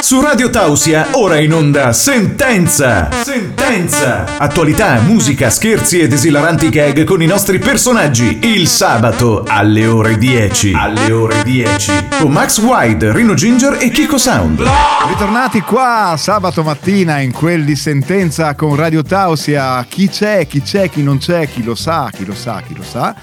Su Radio Tausia, ora in onda Sentenza! Sentenza! Attualità, musica, scherzi ed esilaranti gag con i nostri personaggi. Il sabato alle ore 10. Alle ore 10. Con Max Wide, Rino Ginger e Kiko Sound. Ritornati qua sabato mattina in quel di sentenza con Radio Tausia. Chi c'è, chi c'è, chi non c'è, chi lo sa, chi lo sa, chi lo sa.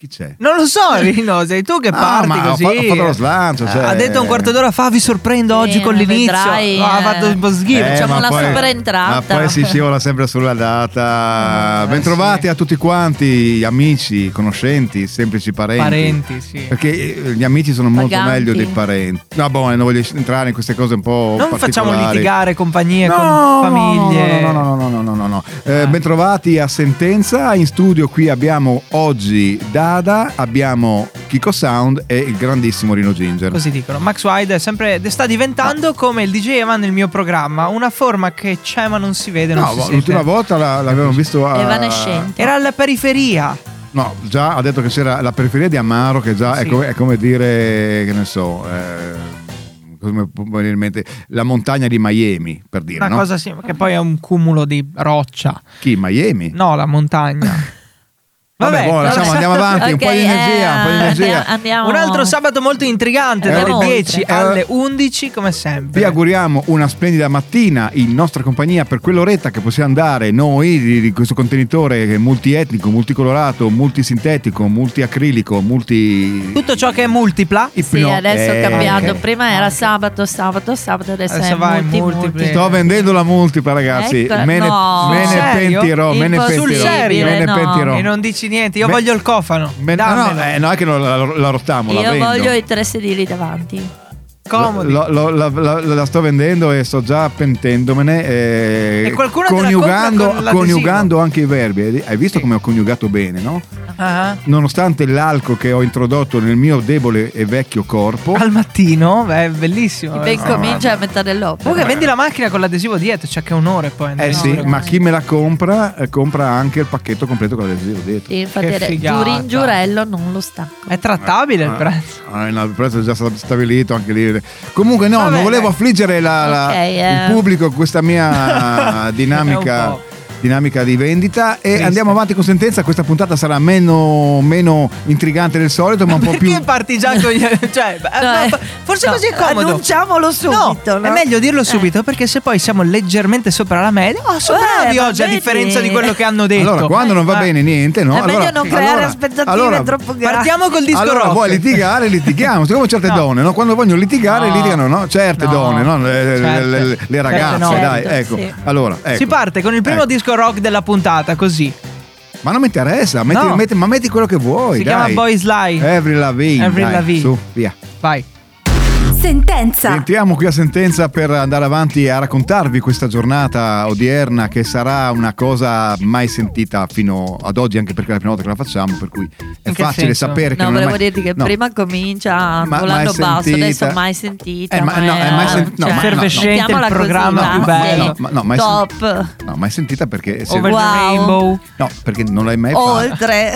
Chi c'è? Non lo so, Rino, sei tu che Ah, parti ma ho così. fa- ho fatto lo slancio, cioè. Ha detto un quarto d'ora fa, vi sorprendo oggi Sì, con ma l'inizio. vedrai, Oh, ha eh. fatto un po' schifo. Eh, Facciamo ma una poi- super entrata. Ah, Ma poi si scivola sempre sulla data. Eh, Bentrovati sì. a tutti quanti, amici, conoscenti, semplici parenti. Parenti, sì. Perché eh, gli amici sono molto Paganti. meglio dei parenti. No, boh, non voglio entrare in queste cose un po'. Non facciamo particolari. litigare compagnie Eh, con famiglie. No, no, no, no, no, no, no, no. Eh, Ah. bentrovati a Sentenza. In studio qui abbiamo oggi Dada, abbiamo Kiko Sound e il grandissimo Rino Ginger. Così dicono. Max Wide è sempre sta diventando come il DJ Evan nel mio programma, una forma che c'è ma non si vede, non No, si boh, sente. l'ultima volta la- l'avevamo visto a... Evanescente. Era alla periferia. No, già ha detto che c'era la periferia di Amaro, che già è, Sì. come, è come dire, che ne so, eh, come può venire in mente, la montagna di Miami, per dire, Una no? cosa sì, che poi è un cumulo di roccia. Chi? Miami? No, la montagna. Vabbè, buona, vabbè. lasciamo, andiamo avanti, un Ok, po' di energia, un po' di eh, energia. andiamo- andiamo- Un altro sabato molto intrigante, dalle Andiamo 10 oltre. alle Eh, 11 come sempre. Vi auguriamo una splendida mattina in nostra compagnia per quell'oretta che possiamo dare noi di di questo contenitore multietnico, multicolorato, multisintetico, multiacrilico, multi... Tutto ciò che è multipla. Sì, ipno- adesso Eh, ho cambiato. ok. Prima era sabato, sabato, sabato, adesso, Adesso è vai, multi, multiple. multi. Sto vendendo la multipla ragazzi, Ecco, me ne, no. me ne Sul serio? pentirò, me ne pentirò, Sul serio? me ne No. pentirò. E non dici niente, io Beh, voglio il cofano. Me- no, Dammelo. no, eh, no, è che non la, la rottiamo, la Io vendo. voglio i tre sedili davanti. Comodi. Lo- lo- la, la- la sto vendendo e sto già pentendomene. eh, E qualcuno te la coniugando, compra con coniugando anche i verbi. Hai visto Sì. come ho coniugato bene, no? Ah, Nonostante l'alcol che ho introdotto nel mio debole e vecchio corpo, Al mattino, beh, è bellissimo. Ben Eh. comincia a metà dell'opera. Comunque vendi la macchina con l'adesivo dietro, cioè che onore poi. eh andare sì, oltre. ma chi me la compra eh, compra anche il pacchetto completo con l'adesivo dietro. Sì, infatti Che era- figata. Giurin Giurello non lo stacco. È trattabile il Eh, prezzo. eh, no, il prezzo è già stato stabilito anche lì. Comunque, no, Vabbè, non volevo dai. affliggere la- la- Ok, eh. il pubblico con questa mia È un dinamica. po'. dinamica di vendita e Triste. andiamo avanti con sentenza questa puntata sarà meno, meno intrigante del solito ma un po' Perché più parti già con gli... cioè, beh, No, no, eh, forse no, così è comodo. annunciamolo subito, No, no? È meglio dirlo Eh. subito perché se poi siamo leggermente sopra la media, oh, sono Eh, bravi ma oggi a vedi. differenza di quello che hanno detto. allora quando non va Eh. bene niente no? è meglio allora- non creare allora- aspettative allora- troppo grandi. Partiamo col disco allora rock. vuoi litigare, litighiamo. Siccome certe No. donne, no? quando vogliono litigare, No. litigano, no? Certe No. donne, no? Le, le- Certe. le- le Certe ragazze, no. dai, Certe, ecco. sì. Allora, ecco. Si parte con il primo Ecco. disco rock della puntata, così. Ma non mi interessa, metti, No. metti- ma metti quello che vuoi. si dai. chiama Boys Lie. Avril Lavigne. Avril dai, Lavigne. Su, via. Vai. Sentenza. Entriamo qui a sentenza per andare avanti a raccontarvi questa giornata odierna che sarà una cosa mai sentita fino ad oggi, anche perché è la prima volta che la facciamo, per cui è In che facile senso? sapere che No, non è volevo mai... dirti che no. prima comincia Ma- volando mai basso, sentita. adesso mai sentita. Eh, ma- no, è mai sen- no, cioè, ma- no, no. Effervescente il mettiamola così, programma va. più ma- bello. no, ma- no, mai Top. No, mai sentita perché... se- Over the Wow. Rainbow. No, perché non l'hai mai fatta. Oltre.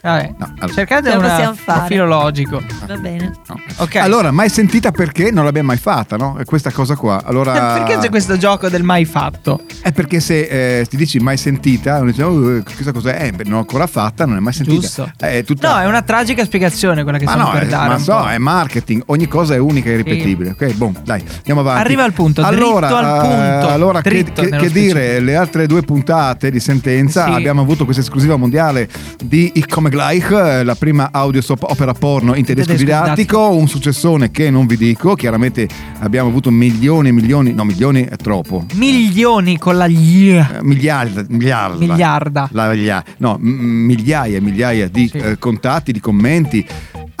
Vabbè. No, allora. Cercate Ce la una- possiamo un fare. profilo logico. Va bene. No. Ok. Allora, mai sentita perché non l'abbiamo mai fatta, no? È questa cosa qua. Allora, Eh, Perché c'è questo gioco del mai fatto? È perché se eh, ti dici mai sentita, non dici, "Oh, questa cosa è, non l'ho ancora fatta, non è mai sentita. Giusto. Eh, È tutta... No, è una tragica spiegazione quella che ma stiamo no, per è, dare. ma un so, eh. po'. è marketing, ogni cosa è unica e ripetibile. Ok, buon, dai, andiamo avanti. Arriva al punto, dritto al eh, punto, Allora, che- dritto che, nello che dire, specifico. le altre due puntate di sentenza Sì. abbiamo avuto questa esclusiva mondiale di Ich komme gleich, eh, la prima audio soap opera porno in tedesco Tedesco esatto. didattico, un successone che non vi dico, chiaramente abbiamo avuto milioni e milioni, no, milioni è troppo. Milioni con la gli. eh, Miliarda, miliarda, Miliarda. la- glia- no, m- migliaia e migliaia di Sì. eh, contatti, di commenti,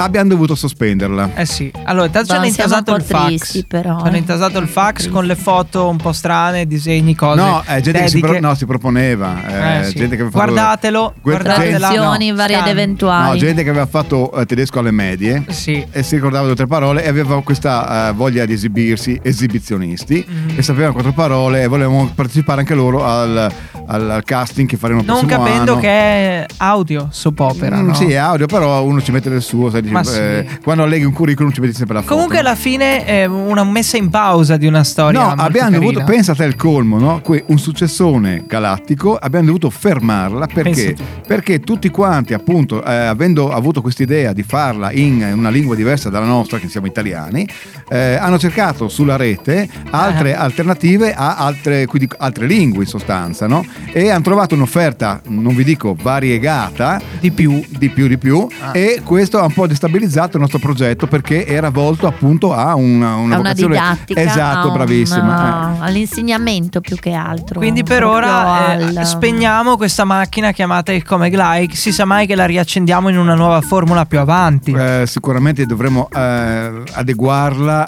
abbiamo dovuto sospenderla. Eh sì, allora intanto ci hanno No, siamo intasato un il po' fax. tristi, però, Ci hanno eh. intasato il fax con le foto un po' strane, disegni, cose. No, eh, gente che si, pro- dediche. no, si proponeva. eh, Eh, sì. gente che aveva fatto- Guardatelo, Quel- guardatela. Traduzioni No, varie ed scan. no, eventuali. gente che aveva fatto eh, tedesco alle medie Sì. e si ricordava due o tre parole e aveva questa eh, voglia di esibirsi, esibizionisti, Mhm. e sapevano quattro parole e volevano partecipare anche loro al, al, al casting che faremo il Non prossimo capendo anno. che è audio soap opera. Mm, no? Sì, è audio, però uno ci mette del suo. sai, dice, Ma sì. eh, quando alleghi un curriculum ci metti sempre la foto. Comunque alla fine è una messa in pausa di una storia. No, molto abbiamo carina. dovuto, pensa a te il colmo, no? Que- un successone galattico, abbiamo dovuto fermarla perché, Pensa perché tutti quanti, appunto, eh, avendo avuto quest'idea di farla in una lingua diversa dalla nostra, che siamo italiani, eh, hanno cercato sulla rete altre Ah. alternative a altre, quindi altre lingue in sostanza, no? E hanno trovato un'offerta, non vi dico variegata, Di più. di più di più Ah. e questo ha un po' destabilizzato il nostro progetto perché era volto appunto a una, una, a una vocazione- didattica. a esatto un- uh, bravissima eh. All'insegnamento più che altro. Quindi per proprio ora eh, al- spegniamo questa macchina chiamata il Come Like. Si sa mai che la riaccendiamo in una nuova formula più avanti. Eh, sicuramente dovremmo eh, adeguarla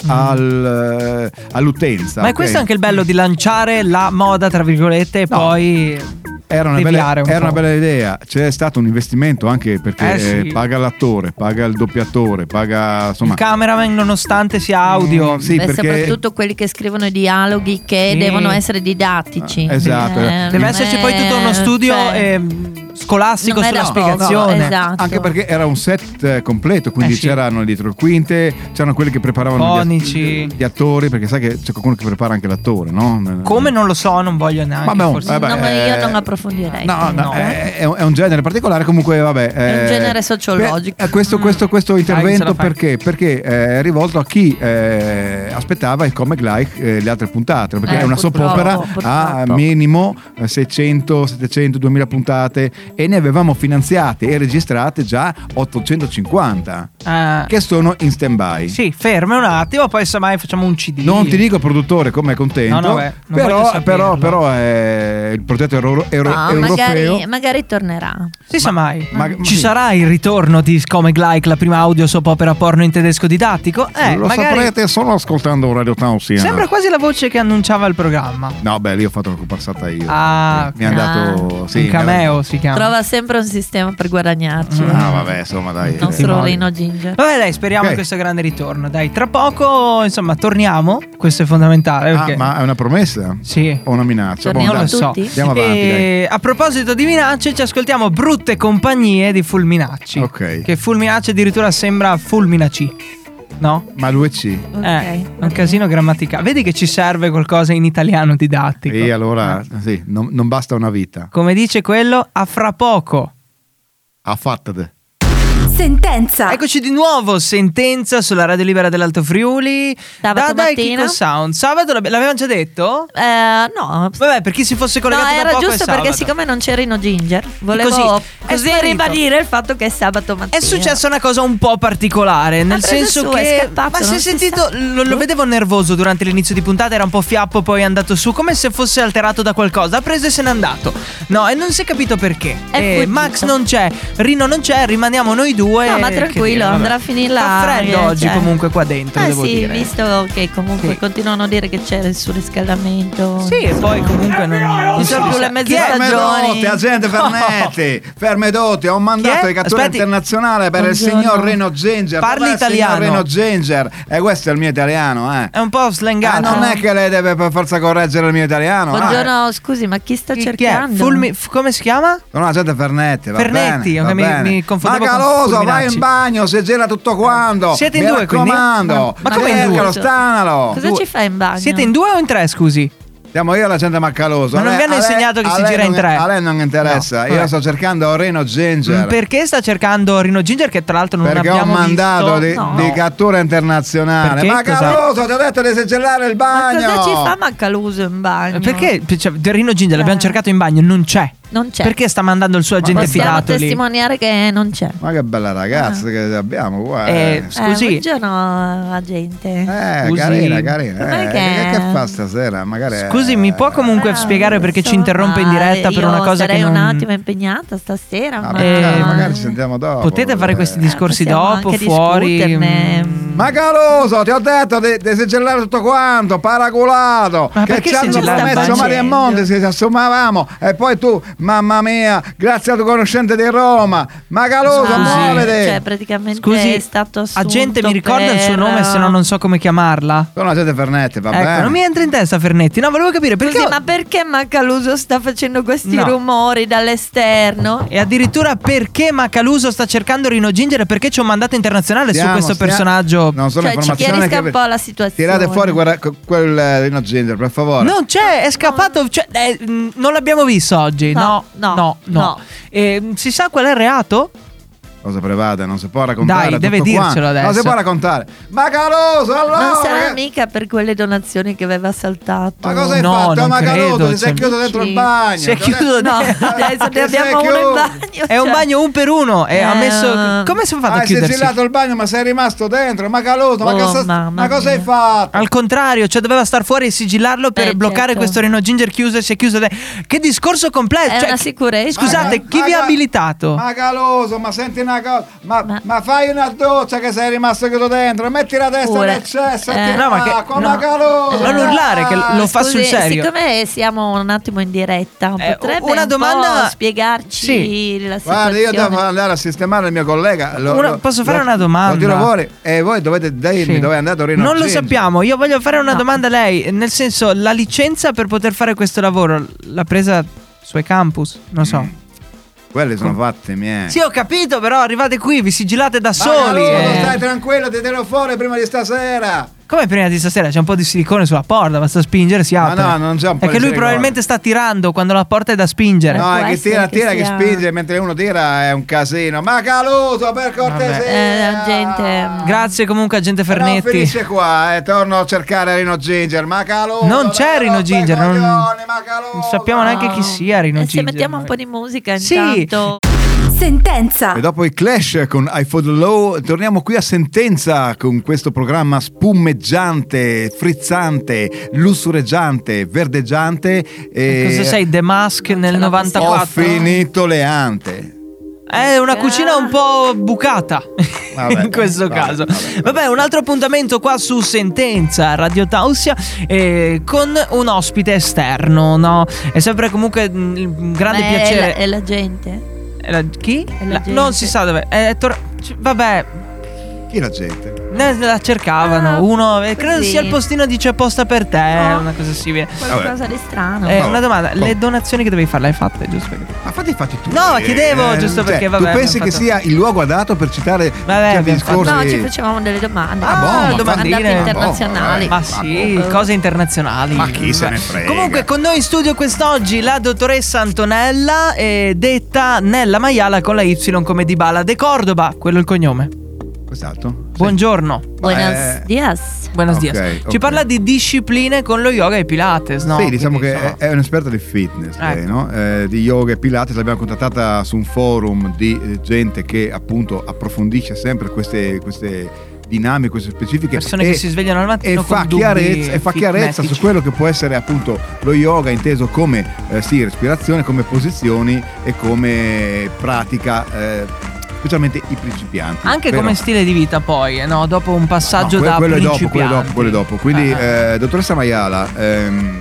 al, eh, all'utenza Ma è ok? questo anche il bello di lanciare la moda, tra virgolette, e No. poi era, una bella, deviare un era po'. una bella idea c'è stato un investimento anche perché Eh, sì. eh, paga l'attore paga il doppiatore paga insomma il cameraman, nonostante sia audio. Mm, sì Beh, perché eh, soprattutto quelli che scrivono i dialoghi che Sì. devono essere didattici. Eh, Ah, esatto. non Deve esserci è- poi tutto uno studio cioè, ehm, scolastico non è sulla da poco, spiegazione. esatto. Anche perché era un set eh, completo, quindi Eh sì. c'erano dietro quinte, c'erano quelli che preparavano gli, at- Fonici. gli attori, perché sai che c'è qualcuno che prepara anche l'attore, no? Come non lo so, non voglio neanche. Vabbè, oh, forse. vabbè, No, ma io eh, non approfondirei, No, no, eh, no. È, è un- è un genere particolare, comunque vabbè. È un eh, genere sociologico. Mm. per- eh, questo, questo, questo ce la intervento fai. perché? Perché eh, è rivolto a chi eh, aspettava il comic like eh, le altre puntate, perché Eh, è una soap purtroppo, opera a purtroppo. minimo eh, 600, 700, 2000 puntate e ne avevamo finanziate e registrate già 850. Eh, che sono in stand by. Sì, ferma un attimo, poi semmai facciamo un CD. Non ti dico produttore come è contento, No, no, beh, non voglio però, però, saperlo. però è il progetto euro- euro- no, europeo. Ah, magari, magari tornerà. Si sa mai. ma- ma Ci sì. sarà il ritorno di Comic Like, la prima audio soap opera porno in tedesco didattico? Eh, Lo magari. saprete solo ascoltando Radio Town Siena. Sembra quasi la voce che annunciava il programma. No, beh, lì ho fatto una comparsata io. Ah, mi ha ok. dato Oh, sì, un mi ha- cameo si chiama. Trova sempre un sistema per guadagnarci. Ah, vabbè, insomma, dai. Il eh, nostro no. Rino Ginger. Vabbè, dai, speriamo Ok. in questo grande ritorno. Dai, tra poco, insomma, torniamo. Questo è fondamentale. Ah, perché- ma è una promessa Sì. Eh, o una minaccia? Torniamo Boh, dai, Non lo so. tutti? Andiamo avanti, E a proposito di minacce, ci ascoltiamo Brutte compagnie di Fulminacci. Ok. Che Fulminacci addirittura sembra Fulminaci. No? Ma l'UEC. Ok, Eh, va un bene. casino grammaticale. Vedi che ci serve qualcosa in italiano didattico. E allora, Eh. sì, non, non basta una vita. Come dice quello, a fra poco. A fattade. Sentenza. Eccoci di nuovo, sentenza sulla Radio Libera dell'Alto Friuli. Sabato Dada e mattina. Kiko Sound. Sabato l'abb- l'avevamo già detto? Eh, no, Vabbè, per chi si fosse collegato No, da era poco è giusto perché sabato. siccome non c'era Rino Ginger, volevo Così, così, è sparito. ribadire il fatto che è sabato mattina. È successa una cosa un po' particolare, nel preso senso su, è che... scappato, ma si è non si sentito... sa. Boh. Lo, lo vedevo nervoso durante l'inizio di puntata, era un po' fiappo, poi è andato su, come se fosse alterato da qualcosa. Ha preso e se n'è andato. No, e non si è capito perché. È Eh, fuggito. Max non c'è, Rino non c'è, rimaniamo noi due. No, ma che tranquillo, dire, vabbè. andrà a finire là, Fa freddo eh, oggi cioè. comunque qua dentro, Eh devo sì, dire. visto che comunque Sì. continuano a dire che c'era il surriscaldamento. Sì, e poi comunque non, non ci sono più sa- le mezze Chi è? stagioni. Fermedote, agente Fermetti, Fermedotti, ho un mandato Chi è? di cattura Aspetti. internazionale per Buongiorno. il signor Reno Ginger. Parli Dov'è il signor italiano. Reno Ginger, e questo è il mio italiano, eh. È un po' Ah, slengato. non è che lei deve per forza correggere il mio italiano. eh. Buongiorno, scusi, ma chi sta Chi- chi è? cercando? Fulmi- f- come si chiama? Sono agente Fernetti, va Fernetti, bene, va ok, mi- bene. mi confondevo Ma con Caloso, vai Fulminacci. in bagno, si gira tutto quanto. Siete in Mi due, quindi? raccomando. Ma- ma come in due? cercalo, stanalo. Cosa Due. ci fa in bagno? Siete in due o in tre, scusi? Siamo io e l'agente Maccaloso. Ma A non lei- vi hanno a lei- insegnato che a si lei gira in non- tre? A lei non interessa, No, io vabbè. sto cercando Reno Ginger. Mm, Perché sta cercando Rino Ginger che tra l'altro non Perché ho abbiamo mandato visto? di, No. di cattura internazionale. Perché? Ma Cosa? Caruso, ti ho detto di sigillare il Ma bagno. cosa ci fa Macaluso in bagno? Perché cioè, Rino Ginger l'abbiamo Eh. cercato in bagno, non c'è. Non c'è. Perché sta mandando il suo agente Possiamo fidato lì? testimoniare che non c'è. Ma che bella ragazza che abbiamo qua. Ah. Eh, Eh, Scusi. Eh, Eh, buongiorno, agente. scusi. carina, carina. Ma eh. che- che... che fa stasera? Magari eh, Scusi, mi può comunque Ah, spiegare perché ci insomma, interrompe in diretta per io una cosa che sarei non un attimo impegnata stasera, Ah, ma ehm, beh, Eh, magari ci sentiamo dopo. Potete fare questi Eh, discorsi possiamo dopo anche fuori. discuterne. mm, Ma Caruso, ti ho detto di, di sigillare tutto quanto, paraculato. Ma che perché ci hanno sigillare il promesso budget? Maria Monti, se ci assumavamo. E poi tu, mamma mia, grazie al tuo conoscente di Roma. Ma Caruso, Scusi. muovete. Cioè, praticamente Scusi, è stato assunto agente, mi ricorda il suo per- nome, se no non so come chiamarla. Sono la gente Fernetti, va ecco, bene. non mi entra in testa Fernetti. No, volevo capire perché. Scusi, ma perché Macaluso sta facendo questi No. rumori dall'esterno? E addirittura perché Macaluso sta cercando Rino Ginger? Perché c'è un mandato internazionale Stiamo- su questo stia- personaggio? Non sono Cioè, ci informazioni chiarisca che- un po' la situazione. Tirate fuori quel, quel eh, Rino Ginger, per favore. Non c'è, è scappato. cioè, eh, mh, non l'abbiamo visto oggi. No, no, No, no. no, no. E, mh, si sa qual è il reato? Cosa prevada, non si può raccontare. Dai, deve tutto dircelo quanto. adesso. Non si può raccontare. Ma Caruso, allora. Non sarà che- mica per quelle donazioni che aveva saltato. Ma cosa hai No, fatto? non Ma credo, Caruso, ti sei cioè- chiuso dentro il Sì. bagno. cioè, Si è Ti ho detto- chiuso No, dentro- adesso Che ne abbiamo sei uno in chiuso. bagno. È un cioè. bagno un per uno. E ha Eh, messo. Come si fa a Hai chiudersi? Ah, sigillato il bagno, ma sei rimasto dentro. Ma Caruso, ma, Oh, cosa, mamma ma cosa mia. hai fatto? Al contrario, cioè doveva star fuori e sigillarlo per Eh, bloccare certo. questo Reno Ginger chiuso e si è chiuso. de- Che discorso completo! È cioè, una sicurezza. Scusate, Ma- chi ma- vi ha abilitato? Ma Caruso, ma senti una cosa. Ma, Ma- ma fai una doccia che sei rimasto chiuso dentro. Metti la testa Pure. nel cesso. Eh. e ti No, ma che- acqua, no. ma Caruso. Non urlare che dai. lo fa sul Scusi, serio. Siccome siamo un attimo in diretta, Eh, potrebbe una un po' domanda- spiegarci Sì. la situazione. Guarda, io devo andare a sistemare il mio collega. Lo- Una- lo- posso fare lo- una domanda? Lo tiro fuori e voi dovete dirmi Sì. dove è andato Rino non lo Ginger. sappiamo, io voglio fare una No. domanda a lei. Nel senso, la licenza per poter fare questo lavoro l'ha presa sui campus? Non so. Mm, Quelle sono fatte mie. Sì, ho capito, però arrivate qui, vi sigillate da Ma soli. Caruso, eh. stai tranquillo, ti tiro fuori prima di stasera. Come prima di stasera c'è un po' di silicone sulla porta, basta spingere, si Ma apre. no, non c'è un po' di È che lui silicone. probabilmente sta tirando quando la porta è da spingere. No, può è che essere tira, che tira, che sia- spinge, mentre uno tira è un casino. Ma Caluso, per cortesia! Eh, la gente- Grazie comunque agente Però Fernetti. finisce qua e torno a cercare Rino Ginger. Ma Caluso! Non c'è dai, Rino rompe i Ginger, non- coglioni, ma Caluso! non sappiamo neanche chi sia Rino Eh, Ginger, Se mettiamo un ma- po' di musica Sì. intanto. Sentenza. Ah. E dopo i Clash con I For the Law, torniamo qui a sentenza con questo programma spumeggiante, frizzante, lussureggiante, verdeggiante. E Cosa sei? The Mask nel ce la Ho 94? finito le ante. È una cucina un po' bucata Ah, Vabbè, in questo vabbè, caso. Vabbè, vabbè, vabbè. un altro appuntamento qua su Sentenza Radio Tausia eh, con un ospite esterno, no? È sempre comunque mm, un grande Ma è piacere. eh, la- È la gente. È la- chi? è la La- gente. non si sa dove. È tor- c- vabbè, Chi la gente? ne- la cercavano. Ah, uno, eh, credo così. sia il postino di C'è apposta per te, Ah. una cosa simile. Qualcosa di strano. Eh, No. una domanda, No. le donazioni che dovevi fare, le hai fatte, giusto? Perché- Ma fatti i fatti tu. Eh, cioè, No, ma chiedevo, giusto perché, vabbè, Tu pensi abbiamo che fatto- sia il luogo adatto per citare certi abbiamo fatto- discorsi? No, ci facevamo delle domande. Ah, boh, Ah, Andate domandine. internazionali. Boh, Ma vabbè. sì, cose internazionali. Ma chi se ne frega. Comunque, con noi in studio quest'oggi la dottoressa Antonella, eh, detta Nella Maiala con la Y come di Bala de Cordoba, quello è il cognome. Esatto. Buongiorno. Buenos Eh, dias. Buenos Ok, dias. Ci ok. parla di discipline con lo yoga e Pilates, no? sì, diciamo Quindi, che è, insomma, è un'esperta di fitness, lei, Ecco. no? Eh, di yoga e pilates. L'abbiamo contattata su un forum di eh, gente che appunto approfondisce sempre queste, queste dinamiche, queste specifiche. Persone e- che si svegliano al mattino e con fa dubbi chiarezza, e fa chiarezza fitnessici. su quello che può essere appunto lo yoga inteso come eh, sì, respirazione, come posizioni e come pratica, eh, specialmente i principianti. Anche Però- come stile di vita, poi, eh, no? Dopo un passaggio no, que- da quello è dopo, principianti quello è dopo, quello è dopo. Quindi, Ah, eh, dottoressa Maiala, ehm,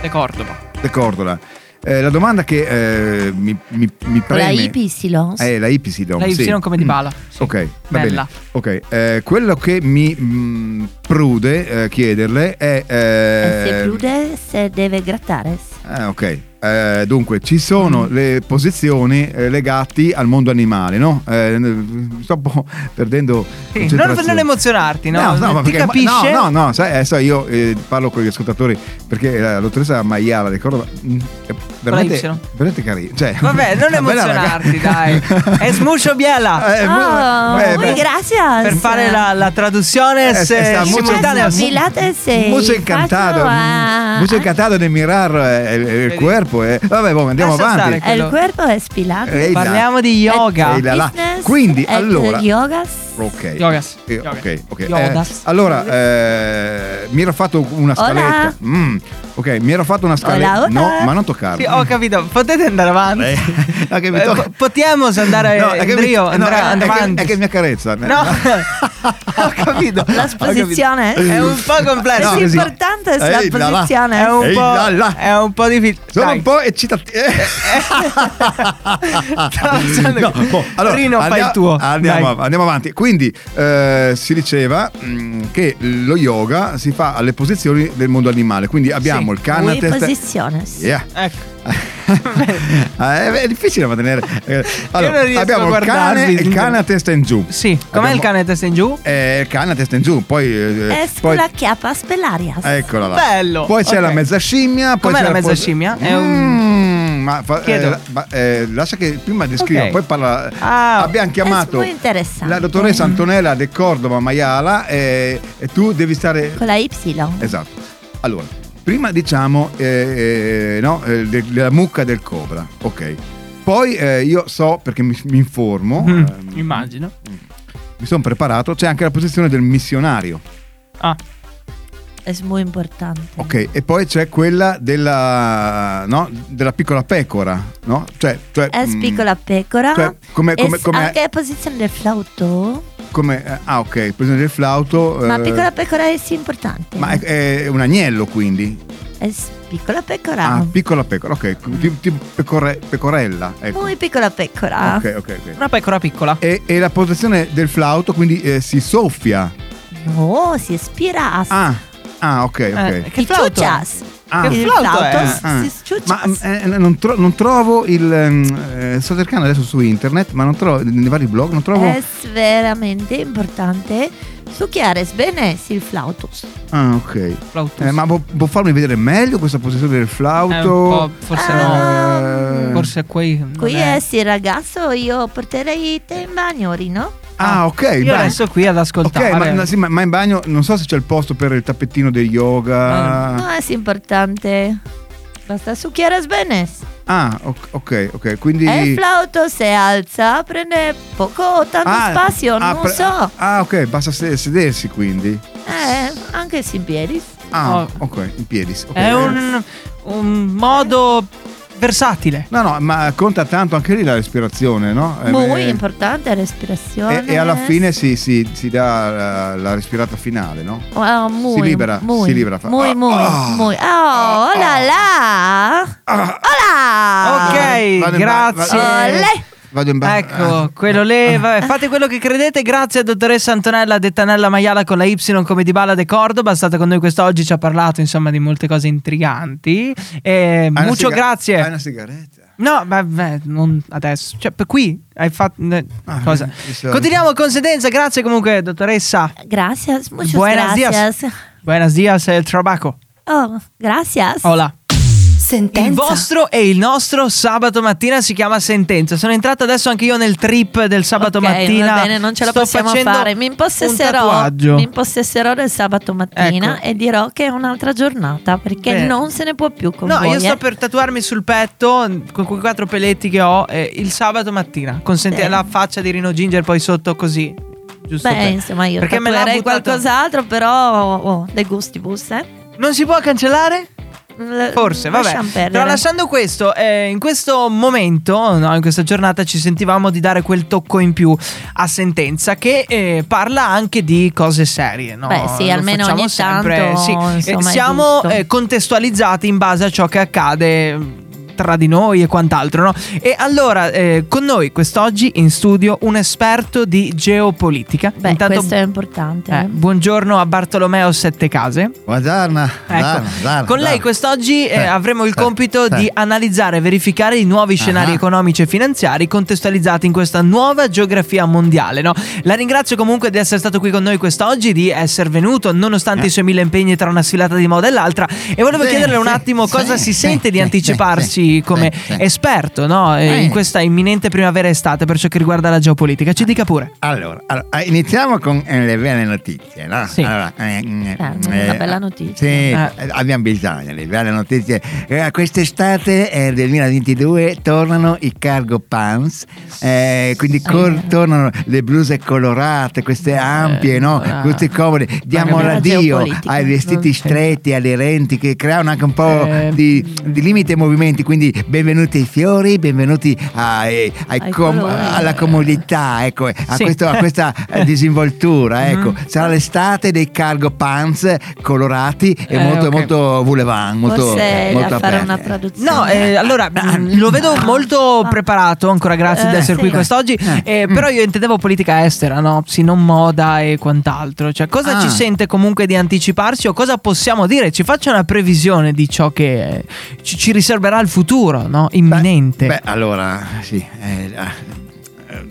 De Cordoba. De Cordola. Eh, la domanda che eh, mi, mi, mi La preme IP Silons. è la Ipisidom. La Y sì. Mm, come di Bala. Sì. Ok, va Bella. bene. Ok, eh, quello che mi mh, prude eh, chiederle è. eh, Se chiude, se deve grattare. Ah, ok. Eh, dunque, ci sono Mm. le posizioni eh, legate al mondo animale, no? Eh, n- sto un po' perdendo. Sì, Non, non emozionarti, no? ma Ti perché- ma- capisce? No, no, no, sai, eh, so, io eh, parlo con gli ascoltatori perché eh, la dottoressa Maiala, ricordo, mm, è Y. veramente, veramente carina. Cioè, Vabbè, non una bella emozionarti, dai. ragazza. È smuscio biela. Eh, Ah, beh, beh, muy gracias. Per fare la, la traduzione Eh, se- sta molto- simultanea. Mu- Pilates e Mucho encantado, faccio eh. a- mucho encantado de mirar eh, il, il Vedi? corpo. eh. Vabbè, boh, andiamo Lascia avanti. stare. El cuerpo es Pilates. Eh, Parliamo di Eh, yoga. eh, là, là. Fitness Quindi, and allora- Ah, yogas. Ok. Yogas. Eh, Yogas. ok, ok. Eh, Yodas. allora, eh, mi ero fatto una Hola. scaletta. Mm, ok, mi ero fatto una scaletta. Hola, hola. No, ma non toccarlo. Sì, ho capito, potete andare avanti. Eh, no, che mi Eh, tocca- po- potiamo andare No, è che mi- Andrea, no, andrà- è- è andrà che- avanti. È che mi accarezza. No, ho capito. La Ho capito. sposizione? È un po' complesso. È No, Eh, così. importante Ehi, la là, là. posizione. È un Ehi, là, po', là. è un po' difficile. Sono Dai. Eh, un po' eh. eccitativo. Stavo pensando che- Rino, fai il boh, tuo. Andiamo, Dai. av- andiamo avanti. Quindi eh, si diceva mm, che lo yoga si fa alle posizioni del mondo animale. Quindi abbiamo il cane a Ui, testa. posizione. sì. Yeah. Ecco. Eh, è difficile da mantenere. Eh, Allora, riesco a abbiamo il cane, guardarvi, il cane signore. a testa in giù. Sì, com'è Abbiamo- il cane testa in giù? Eh, il cane a testa in giù, poi. eh, È poi- Ecco. la chiappa spellarias. Eccola là. Bello. Poi c'è Ok. la mezza scimmia. Poi Com'è c'è la mezza pos- scimmia? È un- Mm, ma fa- Chiedo. eh, ma, eh, lascia che prima descriva, Ok. poi parla. Ah. abbiamo chiamato È interessante. la dottoressa Antonella De Cordova Maiala e, e tu devi stare. Con la Y. Esatto. Allora, prima diciamo eh, eh, no, eh, de- della mucca del cobra, ok. Poi eh, io so perché mi, mi informo, Mm, ehm, immagino. mi sono preparato, c'è anche la posizione del missionario. Ah, È molto importante. Ok, e poi c'è quella della, no, della piccola pecora, no? Cioè, cioè, È mm, piccola pecora. Cioè, come- E come- s- come- anche la posizione del flauto. come- eh, ah, ok, posizione del flauto. Ma eh, piccola pecora è sì importante. ma è, è un agnello quindi? È s- piccola pecora. Ah, piccola pecora, ok, tipo, tipo pecore- pecorella. Ecco. Muy piccola pecora. Ok, ok, ok. una pecora piccola. E, e la posizione del flauto quindi eh, si soffia. No, si espira. a- Ah, ah, ok, ok. Eh, che si flauto? ciuccias. Ah. Il Che flauto flauto è? s- Ah. si ciuccias. Ma mm, eh, non, tro- non trovo il. mm, eh, sto cercando adesso su internet, ma non trovo. Nei vari blog, non trovo. È s- veramente importante. Succhiare bene il flautus. Ah, ok. Flautus. Eh, ma può, può farmi vedere meglio questa posizione del È un flauto? po', forse no. Ah, Eh, Forse qui. non Qui è- è sì, ragazzo, io porterei te in bagno, Rino. Ah, ok. Io bene. adesso qui ad ascoltare. Ok, ma, no, sì, ma- ma in bagno non so se c'è il posto per il tappettino del yoga. Ah, No, è importante. Basta succhiare bene. Ah, ok, ok. ok, Quindi. E il flauto se alza, prende poco o tanto Ah, spazio, ah, non pre- so. Ah, ok, basta se- sedersi quindi. Eh, anche se in piedi. Ah, Oh. ok, in piedi. ok. È un, un modo versatile. No, no, ma conta tanto anche lì la respirazione, no? Eh, Molto eh, importante e, la respirazione. eh. e alla fine si, si- si dà la, la respirata finale, no? Oh, muy, libera, muy, si libera. Fa- Muy, Ah, muy, ah, muy. Oh, ah, hola, là. Ah, Hola. Ok, Vado in ba- grazie. vado- Olè. Vado in eh, bagno. Ecco, quello lì, vabbè, fate quello che credete, grazie a dottoressa Antonella Dettanella Maiala con la Y come di Bala de Cordoba, è stata con noi quest'oggi, ci ha parlato insomma di molte cose intriganti. E Hai una mucho siga- grazie. Hai una sigaretta. No, vabbè, non adesso. Cioè, per qui hai fatto. ne- Ah, cosa? eh, sì. Continuiamo con sentenza. Grazie comunque, dottoressa. Gracias, muchas Buenos días. gracias. Buenos dias, el trabaco. Oh, gracias. Hola. Il Sentenza. vostro e il nostro sabato mattina si chiama Sentenza. Sono entrato adesso anche io nel trip del sabato Ok, mattina. Va bene, non ce la Sto possiamo facendo fare. Mi un impossesserò, tatuaggio. mi impossesserò del sabato mattina Ecco. e dirò che è un'altra giornata perché Bene. non se ne può più con Eh. No, voi. io sto eh. per tatuarmi sul petto con quei quattro peletti che ho eh, il sabato mattina. Con senti- Sì. la faccia di Rino Ginger poi sotto così. Giusto Beh, per- insomma, io Perché me l'ha tatuerei buttata- qualcos'altro, però oh, oh, dei gustibus, eh. Mm, Non si può cancellare? L- Forse, lasciam vabbè. perdere. Tralasciando questo, eh, in questo momento, no, in questa giornata, ci sentivamo di dare quel tocco in più a sentenza che eh, parla anche di cose serie. No? Beh, sì, Lo almeno facciamo ogni sempre, tanto, sì. Eh, insomma, è siamo giusto. eh, contestualizzati in base a ciò che accade mh, tra di noi e quant'altro, no? E allora, eh, con noi quest'oggi in studio un esperto di geopolitica. Beh, Intanto, questo è importante. eh, buongiorno a Bartolomeo Sette Case. Buongiorno. Ecco. Con lei quest'oggi eh, Eh, avremo il eh, compito eh. di analizzare e verificare i nuovi scenari Ah. economici e finanziari contestualizzati in questa nuova geografia mondiale. no? La ringrazio comunque di essere stato qui con noi quest'oggi, di essere venuto nonostante Eh. i suoi mille impegni tra una sfilata di moda e l'altra. E volevo Sì, chiederle un sì, attimo sì, cosa sì, si sente di sì, anticiparci Monti come Sì, sì. esperto no? Eh, Eh. in questa imminente primavera-estate per ciò che riguarda la geopolitica. Ci dica pure. Allora, allora, eh, iniziamo con eh, le vere notizie. No? Sì. Allora, eh, mm, Eh, una bella notizia. Sì, Eh. eh, abbiamo bisogno di belle notizie. Eh, quest'estate eh, 2022 tornano i cargo pants, eh, quindi col- tornano le bluse colorate, queste ampie, no? ah. queste comode. Diamo abbiamo- l'addio Geopolitica, ai vestiti non c'è. stretti, alle renti che creano anche un po' Eh. di, di limite ai movimenti. Quindi benvenuti ai fiori, benvenuti ai- ai Ai com- colori. alla comodità, ecco, a, Sì. Mm-hmm. questo- a questa eh, disinvoltura. Ecco. Sarà l'estate dei cargo pants colorati e Eh, molto, ok. molto voulevant, molto, Forse molto da fare aperti. una produzione. No, eh, allora mh, lo vedo molto preparato, ancora grazie di Eh, essere sì. qui quest'oggi, eh, però io intendevo politica estera, no? Sì, non moda e quant'altro. Cioè, cosa Ah. ci sente comunque di anticiparsi o cosa possiamo dire? Ci faccia una previsione di ciò che eh, ci, ci riserverà il futuro, no? Imminente. Beh, allora, sì. eh, ah, eh,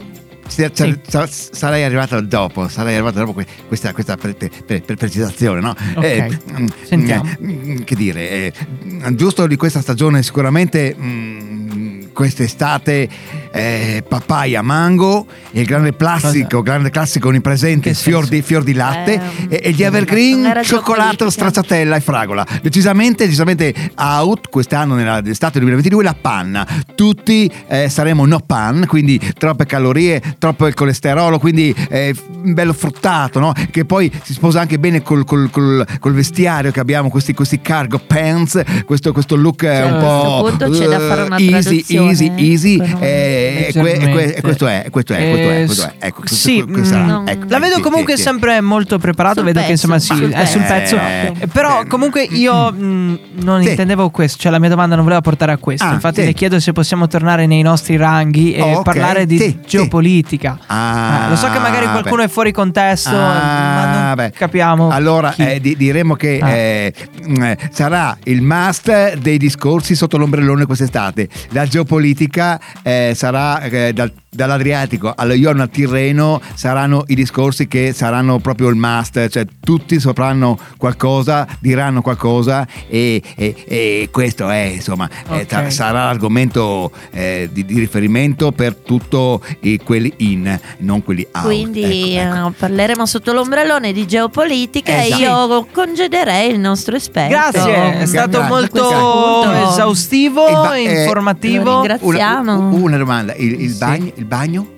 sì, sa- Sì. sa- sarei arrivato dopo, sarei arrivato dopo que- questa, questa pre- pre- pre- precisazione, no? Ok, mm, sentiamo. mm, mm, che dire, eh, mm, giusto di questa stagione sicuramente mm, quest'estate eh, papaya mango, il grande classico, grande classico Che onnipresente, fior senso? di, fior di latte Eh, e, e gli sì, non evergreen, era cioccolato, geopolitica. stracciatella e fragola. Decisamente, decisamente out quest'anno nell'estate 2022 la panna. Tutti eh, saremo no pan, quindi troppe calorie, troppo il colesterolo, quindi eh, f- bello fruttato, no? Che poi si sposa anche bene col, col- col- col vestiario che abbiamo, questi, questi cargo pants, questo, questo look eh, Cioè, un a po' questo punto c'è da fare una eh, easy, traduzione, easy, easy. per non- eh, e que- e que- e questo è, questo è, questo è, Eh, questo è. Ecco, questo- sì, questo sarà. mm, Ecco, la vedo sì, comunque sì, sì. sempre molto preparato, Sul vedo che pezzo, insomma sì, sul è sul pezzo. pezzo. Eh, Però eh, comunque io mh, non Mm. Sì. intendevo questo, cioè la mia domanda non voleva portare a questo. Ah, Infatti sì. le chiedo se possiamo tornare nei nostri ranghi e Oh, ok, parlare di sì, sì. geopolitica. Ah, Eh, lo so che magari qualcuno beh. è fuori contesto, Ah, ma non beh. capiamo. Allora chi. eh, di- diremo che Ah. eh, mm, eh, sarà il must dei discorsi sotto l'ombrellone quest'estate. La geopolitica eh, sarà eh, dal- dall'Adriatico allo Ion al Tirreno saranno i discorsi che saranno proprio il must, cioè tutti sopranno qualcosa, diranno qualcosa e, e- e questo è insomma eh, Ok. sa- sarà l'argomento eh, di, di riferimento per tutto i- quelli in, non quelli out. Quindi Ecco, ecco. eh, parleremo sotto l'ombrellone di geopolitica Esatto. e io congederei il nostro esperto. Grazie, è Grazie. stato Grazie. molto Grazie. esaustivo, Il ba- eh, lo informativo. ringrazio. Una, Siamo- u- una domanda, il, il Sì. bagno? il bagno?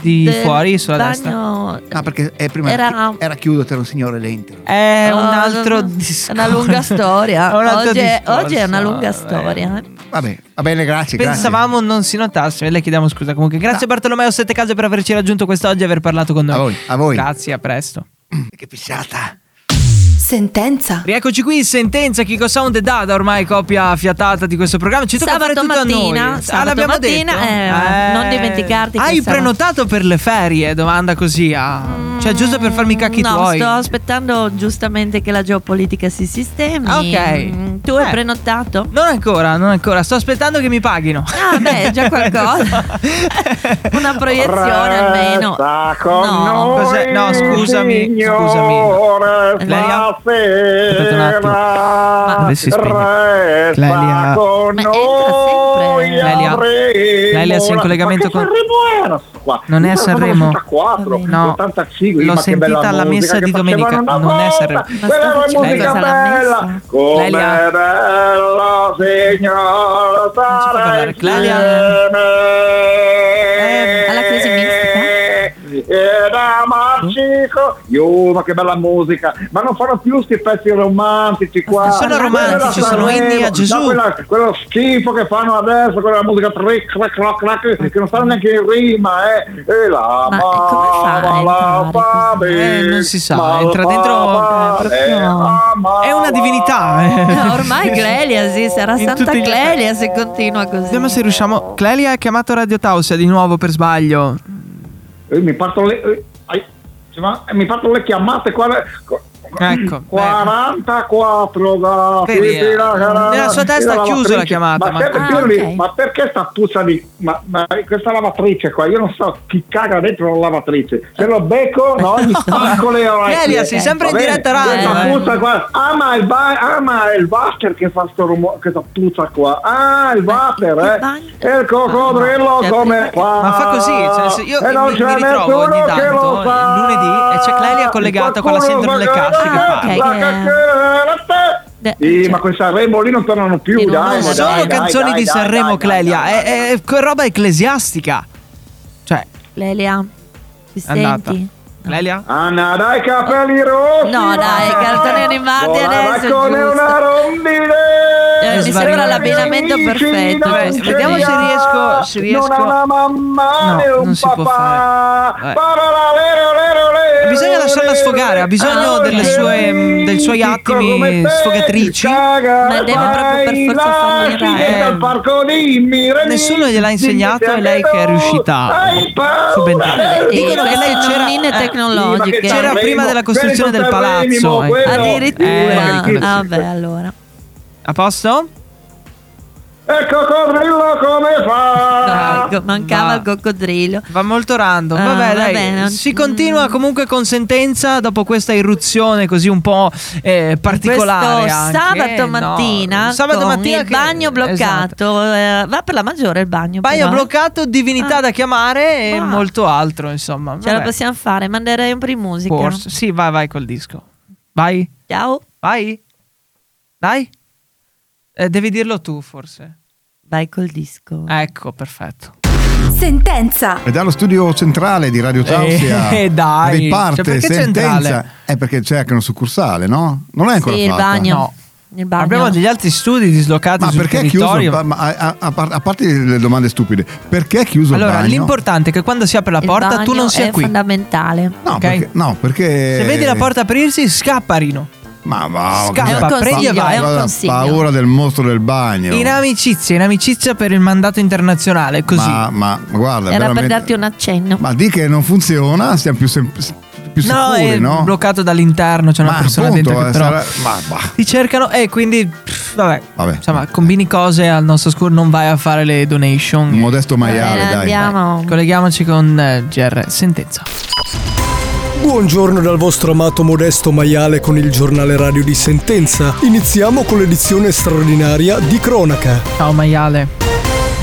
Di fuori sulla destra. bagno... Ah, perché eh, prima Era- era, chiuso, c'era un signore dentro. È un Oh, altro no, no. discorso. Una lunga storia. È un altro oggi, è- discorso, oggi è una lunga vabbè. storia. Vabbè, va bene, grazie. Pensavamo non si notasse, le chiediamo scusa comunque. Grazie No. Bartolomeo Sette Case per averci raggiunto quest'oggi e aver parlato con noi. A voi, a voi. Grazie, a presto. grazie. Che fissata. Sentenza. Rieccoci qui, sentenza Kiko Sound e Dada, ormai copia fiatata di questo programma. Ci tocca Sabato fare tutto mattina, a noi. Ah, sabato l'abbiamo mattina, detto? eh, non dimenticarti che Hai sarà- prenotato per le ferie? Domanda così a... Cioè giusto per farmi i cacchi Mm, no, tuoi. sto aspettando giustamente che la geopolitica si sistemi. Ah, ok. Mm, Tu hai Eh. prenotato? Non ancora, non ancora, sto aspettando che mi paghino. Ah, beh, è già qualcosa. Una proiezione almeno. No. Cos'è? No, scusami, scusami. Clelia? Aspetta un attimo. Ma Dovresti spegnere. Resta Clelia. con Ma entra noi sempre. Clelia. avremo Clelia, sei in la- collegamento ma che con- Sanremo era sto qua? Non è Io sono Sanremo. 84, No, 85, l'ho ma che sentita bella alla musica messa che di facevano domenica, una non è volta. Sanremo. Quella Ma sta era facendo musica cosa la bella, messa? come Clelia. bella signora parlare, stare Clelia. insieme. Eh, alla crisi mistica? Era magico. Io, ma che bella musica. Ma non fanno più sti pezzi romantici qua. Sono Ma quella romantici, la sono Sanremo, inni a Gesù. no, quella- quello schifo che fanno adesso, quella musica trick, crack, crack, crack, che non stanno neanche in rima, eh. E la Ma come fa ma a la entrare fa così? bene, Eh, non si sa, ma entra la dentro, fa eh, proprio- bene, la ma È una la- divinità, eh. Eh, Ormai Clelia, sì, sarà In Santa tutti gli- Clelia se continua così. Vediamo se riusciamo. Clelia ha chiamato Radio Tausia di nuovo per sbaglio. Eh, mi partono le, eh, ai- cioè, ma- eh, mi partono le chiamate qua. eh, co- Ecco, beh. 44 gatti. Vedi, di là, eh, nella sua testa di là, chiuso lavatrice. la chiamata, Ma, ma- perché, Ah, lì- ok. ma perché sta puzza di ma, ma questa lavatrice qua? Io non so chi caga dentro la lavatrice. Se lo becco, no, gli spacco le orecchie. Delia, sei Va sempre in bene? diretta radio. Questa eh. puzza qua. Ah, ma il, ba- ah, ma è il water che fa sto rumore, questa puzza qua. Ah, il water, il eh. bagno- E il Ah, coccodrillo no. come Cioè, qua. Ma fa così, cioè, nel senso, io E non mi, c'è mi ritrovo nessuno ogni che tanto lo fa. il lunedì e c'è Clelia collegata con la sindrome del cazzo che Qualcuno parla. Ok. la che- caccherata. De- Sì, cioè- ma quel Sanremo lì non tornano più, Sì, non dai, è- ma Non dai, sono dai, canzoni dai, di dai, Sanremo, dai, Clelia, dai, è, è, è roba ecclesiastica. Cioè, Lelia, ti è andata. senti? Clelia? Anna dai capelli rossi No, dai, va. cartoni animati Volava adesso è come giusto. una rondine Eh, mi sembra l'abbinamento Amici, perfetto. non Beh, ce vediamo li se ha. riesco- se riesco- Non ha una mamma No, né un non si può papà fare. Eh. Parola, lero, lero, lero, Bisogna lasciarla lero, sfogare, ha bisogno lero. delle sue, mh, dei suoi attimi Ah, Come te, sfogatrici. caga, Ma deve proprio per vai, forza eh. farlo lasci girare. dentro il parco di Mirelli. Nessuno gliel'ha insegnato, è lei che è riuscita a Hai paura? subentrare. Dicono che lei c'era- nonnine eh, tecnologiche. c'era Sanremo, prima della costruzione quello del Sanremo, palazzo, quello. Addirittura. Eh, Ah, Vabbè, allora. A posto? E Ecco coccodrillo come fa? Dai, co- mancava va. il coccodrillo. Va molto random. Ah, Vabbè, dai. vabbè, non- mm. Si continua comunque con sentenza dopo questa irruzione così un po' eh, particolare. Questo anche. Eh, sabato No, mattina, sabato con mattina il che- bagno esatto. bloccato. eh, va per la maggiore il bagno. Bagno però. bloccato, divinità Ah. da chiamare e Ah. molto altro, insomma. Ce la Vabbè, possiamo fare. Manderei un po' di musica. forse. Sì, vai, vai col disco. Vai, Ciao. vai. Dai. Eh, devi dirlo tu, forse. Vai col disco. Ecco, perfetto. Sentenza. E dallo studio centrale di Radio Tausia Eh, dai. riparte Cioè, perché sentenza. centrale? È perché c'è anche una succursale, no? Non è ancora Sì, il fatta. bagno. No. Il bagno. Abbiamo degli altri studi dislocati Ma sul perché è chiuso? territorio. il ba- ma a, a- a- a parte le domande stupide, perché è chiuso il allora, bagno? l'importante è che quando si apre la Il porta tu bagno non sia è qui. fondamentale. No, ok? perché, no, perché- Se vedi la porta aprirsi, scappa Rino. Ma va, Scappa, cos'è? È un prendi e consiglio, vai. è un Guarda, consiglio. paura del mostro del bagno. In amicizia, in amicizia per il mandato internazionale, così. Ma, ma- ma guarda, Era per veramente- darti un accenno. Ma di che non funziona, siamo più, sem- più no, sicuri, è no? bloccato dall'interno, c'è una Ma persona appunto, dentro eh, che però sarà- ma va. ti cercano e quindi pff, vabbè. Vabbè. Insomma, combini cose al nostro scudo, non vai a fare le donation. Un modesto maiale, Bene, dai. andiamo. Colleghiamoci con eh, GR Sentenza. Buongiorno dal vostro amato Modesto Maiale con il giornale radio di Sentenza. Iniziamo con l'edizione straordinaria di cronaca. Ciao maiale.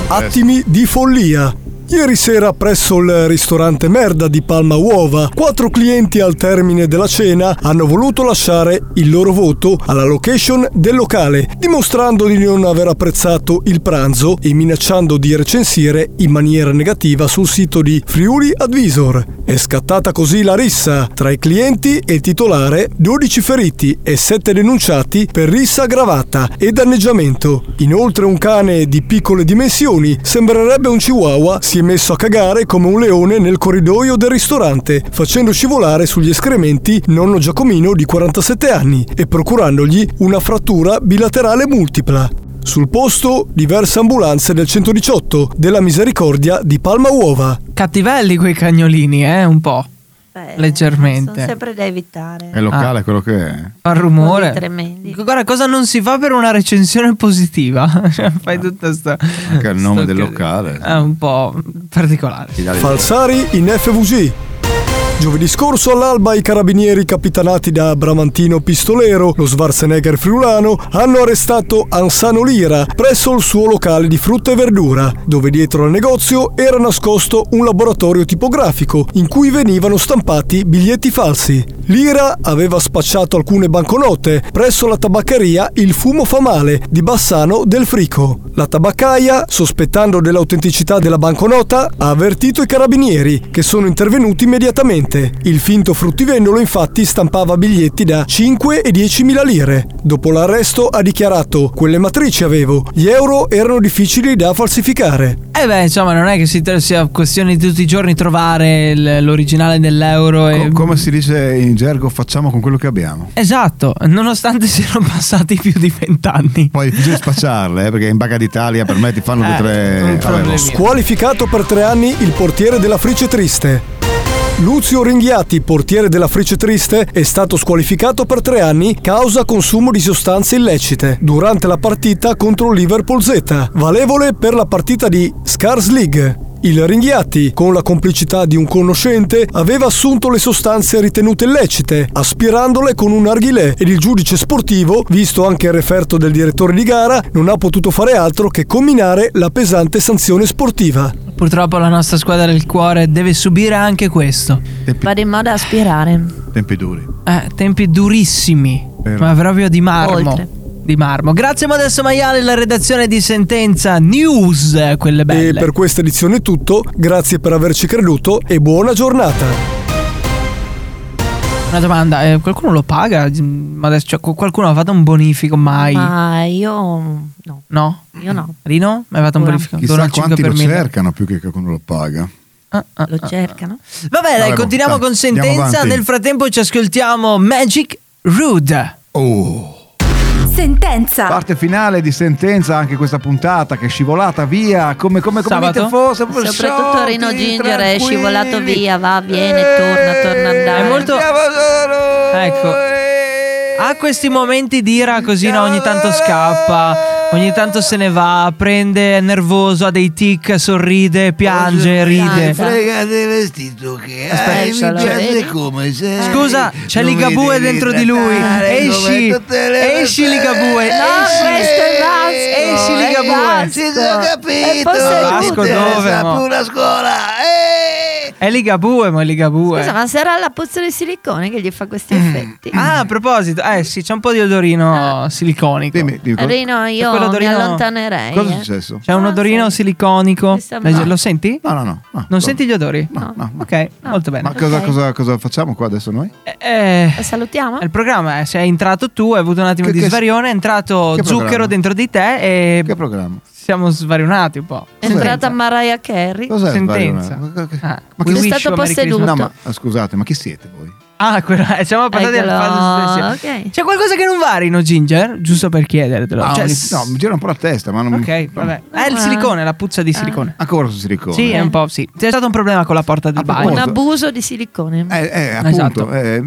Attimi di follia. Ieri sera presso il ristorante Merda di Palma Uova, quattro clienti al termine della cena hanno voluto lasciare il loro voto alla location del locale, dimostrando di non aver apprezzato il pranzo e minacciando di recensire in maniera negativa sul sito di Friuli Advisor. È scattata così la rissa tra i clienti e il titolare, 12 feriti e 7 denunciati per rissa aggravata e danneggiamento. Inoltre un cane di piccole dimensioni, sembrerebbe un chihuahua, si è messo a cagare come un leone nel corridoio del ristorante, facendo scivolare sugli escrementi nonno Giacomino di 47 anni e procurandogli una frattura bilaterale multipla. Sul posto diverse ambulanze del 118 della Misericordia di Palma Uova. Cattivelli quei cagnolini, eh, un po'. Beh, Leggermente. Sono sempre da evitare. Eh, È locale Ah. quello che è. Fa rumore. Quelli tremendi. Guarda cosa non si fa per una recensione positiva. Cioè, Fai tutta sta. Ah. Anche il nome sto del che- locale. È un po' particolare. Ti dà l'idea. Falsari in FVG. Giovedì scorso all'alba i carabinieri capitanati da Bramantino Pistolero, lo Schwarzenegger friulano, hanno arrestato Ansano Lira presso il suo locale di frutta e verdura, dove dietro al negozio era nascosto un laboratorio tipografico in cui venivano stampati biglietti falsi. Lira aveva spacciato alcune banconote presso la tabaccheria Il Fumo Fa Male di Bassano del Frico. La tabaccaia, sospettando dell'autenticità della banconota, ha avvertito i carabinieri, che sono intervenuti immediatamente. Il finto fruttivendolo infatti stampava biglietti da 5 e 10 mila lire. Dopo l'arresto ha dichiarato «Quelle matrici avevo, gli euro erano difficili da falsificare». Eh beh, insomma, non è che si tra- sia questione di tutti i giorni trovare il- l'originale dell'euro. Co- e- come si dice in gergo, facciamo con quello che abbiamo. Esatto, nonostante siano passati più di vent'anni. Poi è difficile spacciarle, eh, perché in Baga d'Italia per me ti fanno due Eh, tre. un vabbè, problema. lo- Squalificato per tre anni il portiere della Frice Triste. Luzio Ringhiati, portiere della Frice Triste, è stato squalificato per tre anni causa consumo di sostanze illecite durante la partita contro il Liverpool Z, valevole per la partita di Scars League. Il Ringhiati, con la complicità di un conoscente, aveva assunto le sostanze ritenute illecite, aspirandole con un arghilè ed il giudice sportivo, visto anche il referto del direttore di gara, non ha potuto fare altro che comminare la pesante sanzione sportiva. Purtroppo la nostra squadra del cuore deve subire anche questo. Tempi, Vado in modo a aspirare. tempi duri. Eh, tempi durissimi, Vero. ma proprio di marmo. Oltre. Di marmo. Grazie Modesto Maiale, la redazione di Sentenza News, eh, quelle belle. E per questa edizione è tutto, grazie per averci creduto e buona giornata! Una domanda, eh, qualcuno lo paga? Mm, Modesto, cioè, qu- qualcuno ha fatto un bonifico mai? Ma io no, No? io no. Rino? Hai fatto un Ancora. bonifico? Solo Chissà un cinque quanti per lo mille. cercano più che qualcuno lo paga. Ah, ah, Lo ah. cercano. Vabbè, dai, Vabbè, continuiamo dai, con andiamo sentenza. avanti. Nel frattempo ci ascoltiamo Magic Rude. Oh. Sentenza. Ah. Parte finale di sentenza anche questa puntata che è scivolata via come come come Sabato? dite fosse per Soprattutto sciocchi, Rino Ginger è tranquilli. scivolato via, va, viene, torna, torna a Eh, andare. È molto- Andiamo solo. Ecco. Ha questi momenti di ira così, no? Ogni tanto scappa, ogni tanto se ne va, prende è nervoso, ha dei tic, sorride, piange, ride. Dai. Frega del vestito che Eh, hai, mi Aspetta, lo piace vedi? come sei. Scusa, c'è Non mi Ligabue devi dentro di lui. trattare Esci, come tutte le esci persone. Ligabue. No, Esci. eh, questo è Vasco, esci Ligabue. Sì, ti ho capito. Eh, forse non Vasco ti interessa dove, mo? più la scuola. Eh. È Ligabue, ma è Ligabue. Scusa, ma sarà la pozza di silicone che gli fa questi effetti? Ah, a proposito, eh sì, c'è un po' di Ah. odorino siliconico. Dimmi, dimmi, cosa- Rino, io quello mi d'Orino- allontanerei. cosa è eh. successo? C'è un Ah, odorino sì. siliconico. Questa- Legge- no. Lo senti? No, no, no. no, Non no. senti gli odori? No, no, no. Ok, molto bene. Ma cosa, Ok. cosa, cosa facciamo qua adesso noi? Eh, eh, La salutiamo? il programma è, sei entrato tu, hai avuto un attimo Che- di che- svarione, è entrato che zucchero programma? dentro di te e Che programma? siamo svarionati un po'. È entrata Mariah Carey. Cos'è Sentenza. sbaglio? Ma- Ah, ma we chi- È wish stato you a Merry posseduto. Christmas. No, ma ah, scusate, ma chi siete voi? Ah, quella, eh, siamo passati alla fase Eccolo, sì. ok. C'è qualcosa che non va, Rino Ginger? Giusto per chiedertelo. Ah, Cioè, ogni- s- no, mi gira un po' la testa, ma non ok, vabbè. È il Ah. silicone, la puzza di silicone. Ancora su silicone. Sì, è un po', sì. C'è stato un problema con la porta del Ah. A bagno. Un proposito- abuso di silicone. Eh, eh, appunto, Esatto. eh,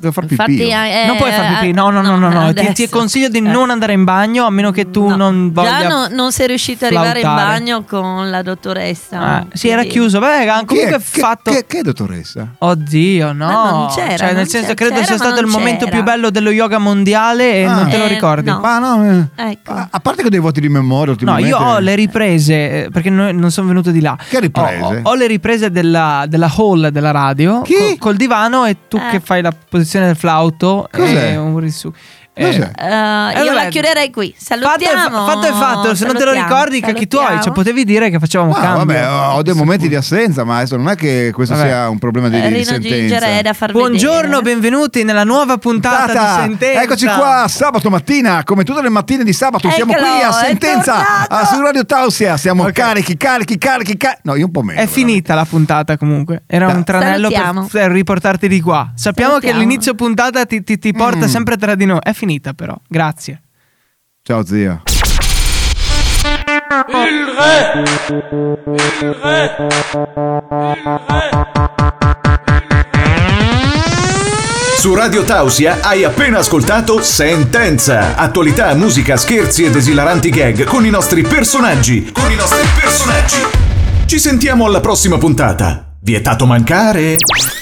devo far pipì. oh. Infatti, io. eh, non puoi far pipì, no, no, no, no, no. Ti, ti adesso. consiglio di Eh. non andare in bagno a meno che tu No. non voglia. Già no- non sei riuscita ad arrivare in flautare. bagno con la dottoressa. Ah, sì, era Quindi- chiuso. Beh, ha Chi è- comunque che- fatto. Che, che dottoressa? Oddio, no. Ma non c'era, Cioè, nel non senso, c'era. credo C'era, sia ma stato il non momento c'era. più bello dello yoga mondiale e Ah. non te lo Eh, ricordi. no. Ma no, eh, Ecco. a, a parte che ho dei voti di memoria No, ultimamente. io ho le riprese eh, perché no- non sono venuto di là. Che riprese? Ho, ho- ho le riprese della, della hall della radio Chi? co- col divano e tu Eh. che fai la posizione del flauto Cos'è? e un risu. eh, Cos'è? Eh, io allora, la chiuderei qui. Fatto è, Salutiamo. fatto è fatto, se non te lo Salutiamo, ricordi, cacchi tuoi, salutiamo. cioè, potevi dire che facevamo un Ah, cambio. vabbè, ho ho dei momenti di assenza, ma adesso non è che questo Vabbè. sia un problema di, Eh, di Rino Ginger è sentenza. da far Buongiorno, vedere. benvenuti nella nuova puntata, Tata, di Sentenza. Eccoci qua sabato mattina, come tutte le mattine di sabato, siamo Eccolo, qui a è sentenza tornato! a, su Radio Tausia. Siamo Ok. carichi, carichi, carichi, carichi. No, io un po' meno. È finita la puntata comunque. Era Dai. un tranello per, Salutiamo. per riportarti di qua. Sappiamo Salutiamo. che l'inizio puntata ti, ti- ti porta Mm. sempre tra di noi. È finita però. Grazie. veramente. Ciao zia. Su Radio Tausia hai appena ascoltato Sentenza. Attualità, musica, scherzi ed esilaranti gag con i nostri personaggi. Con i nostri personaggi. Ci sentiamo alla prossima puntata. Vietato mancare.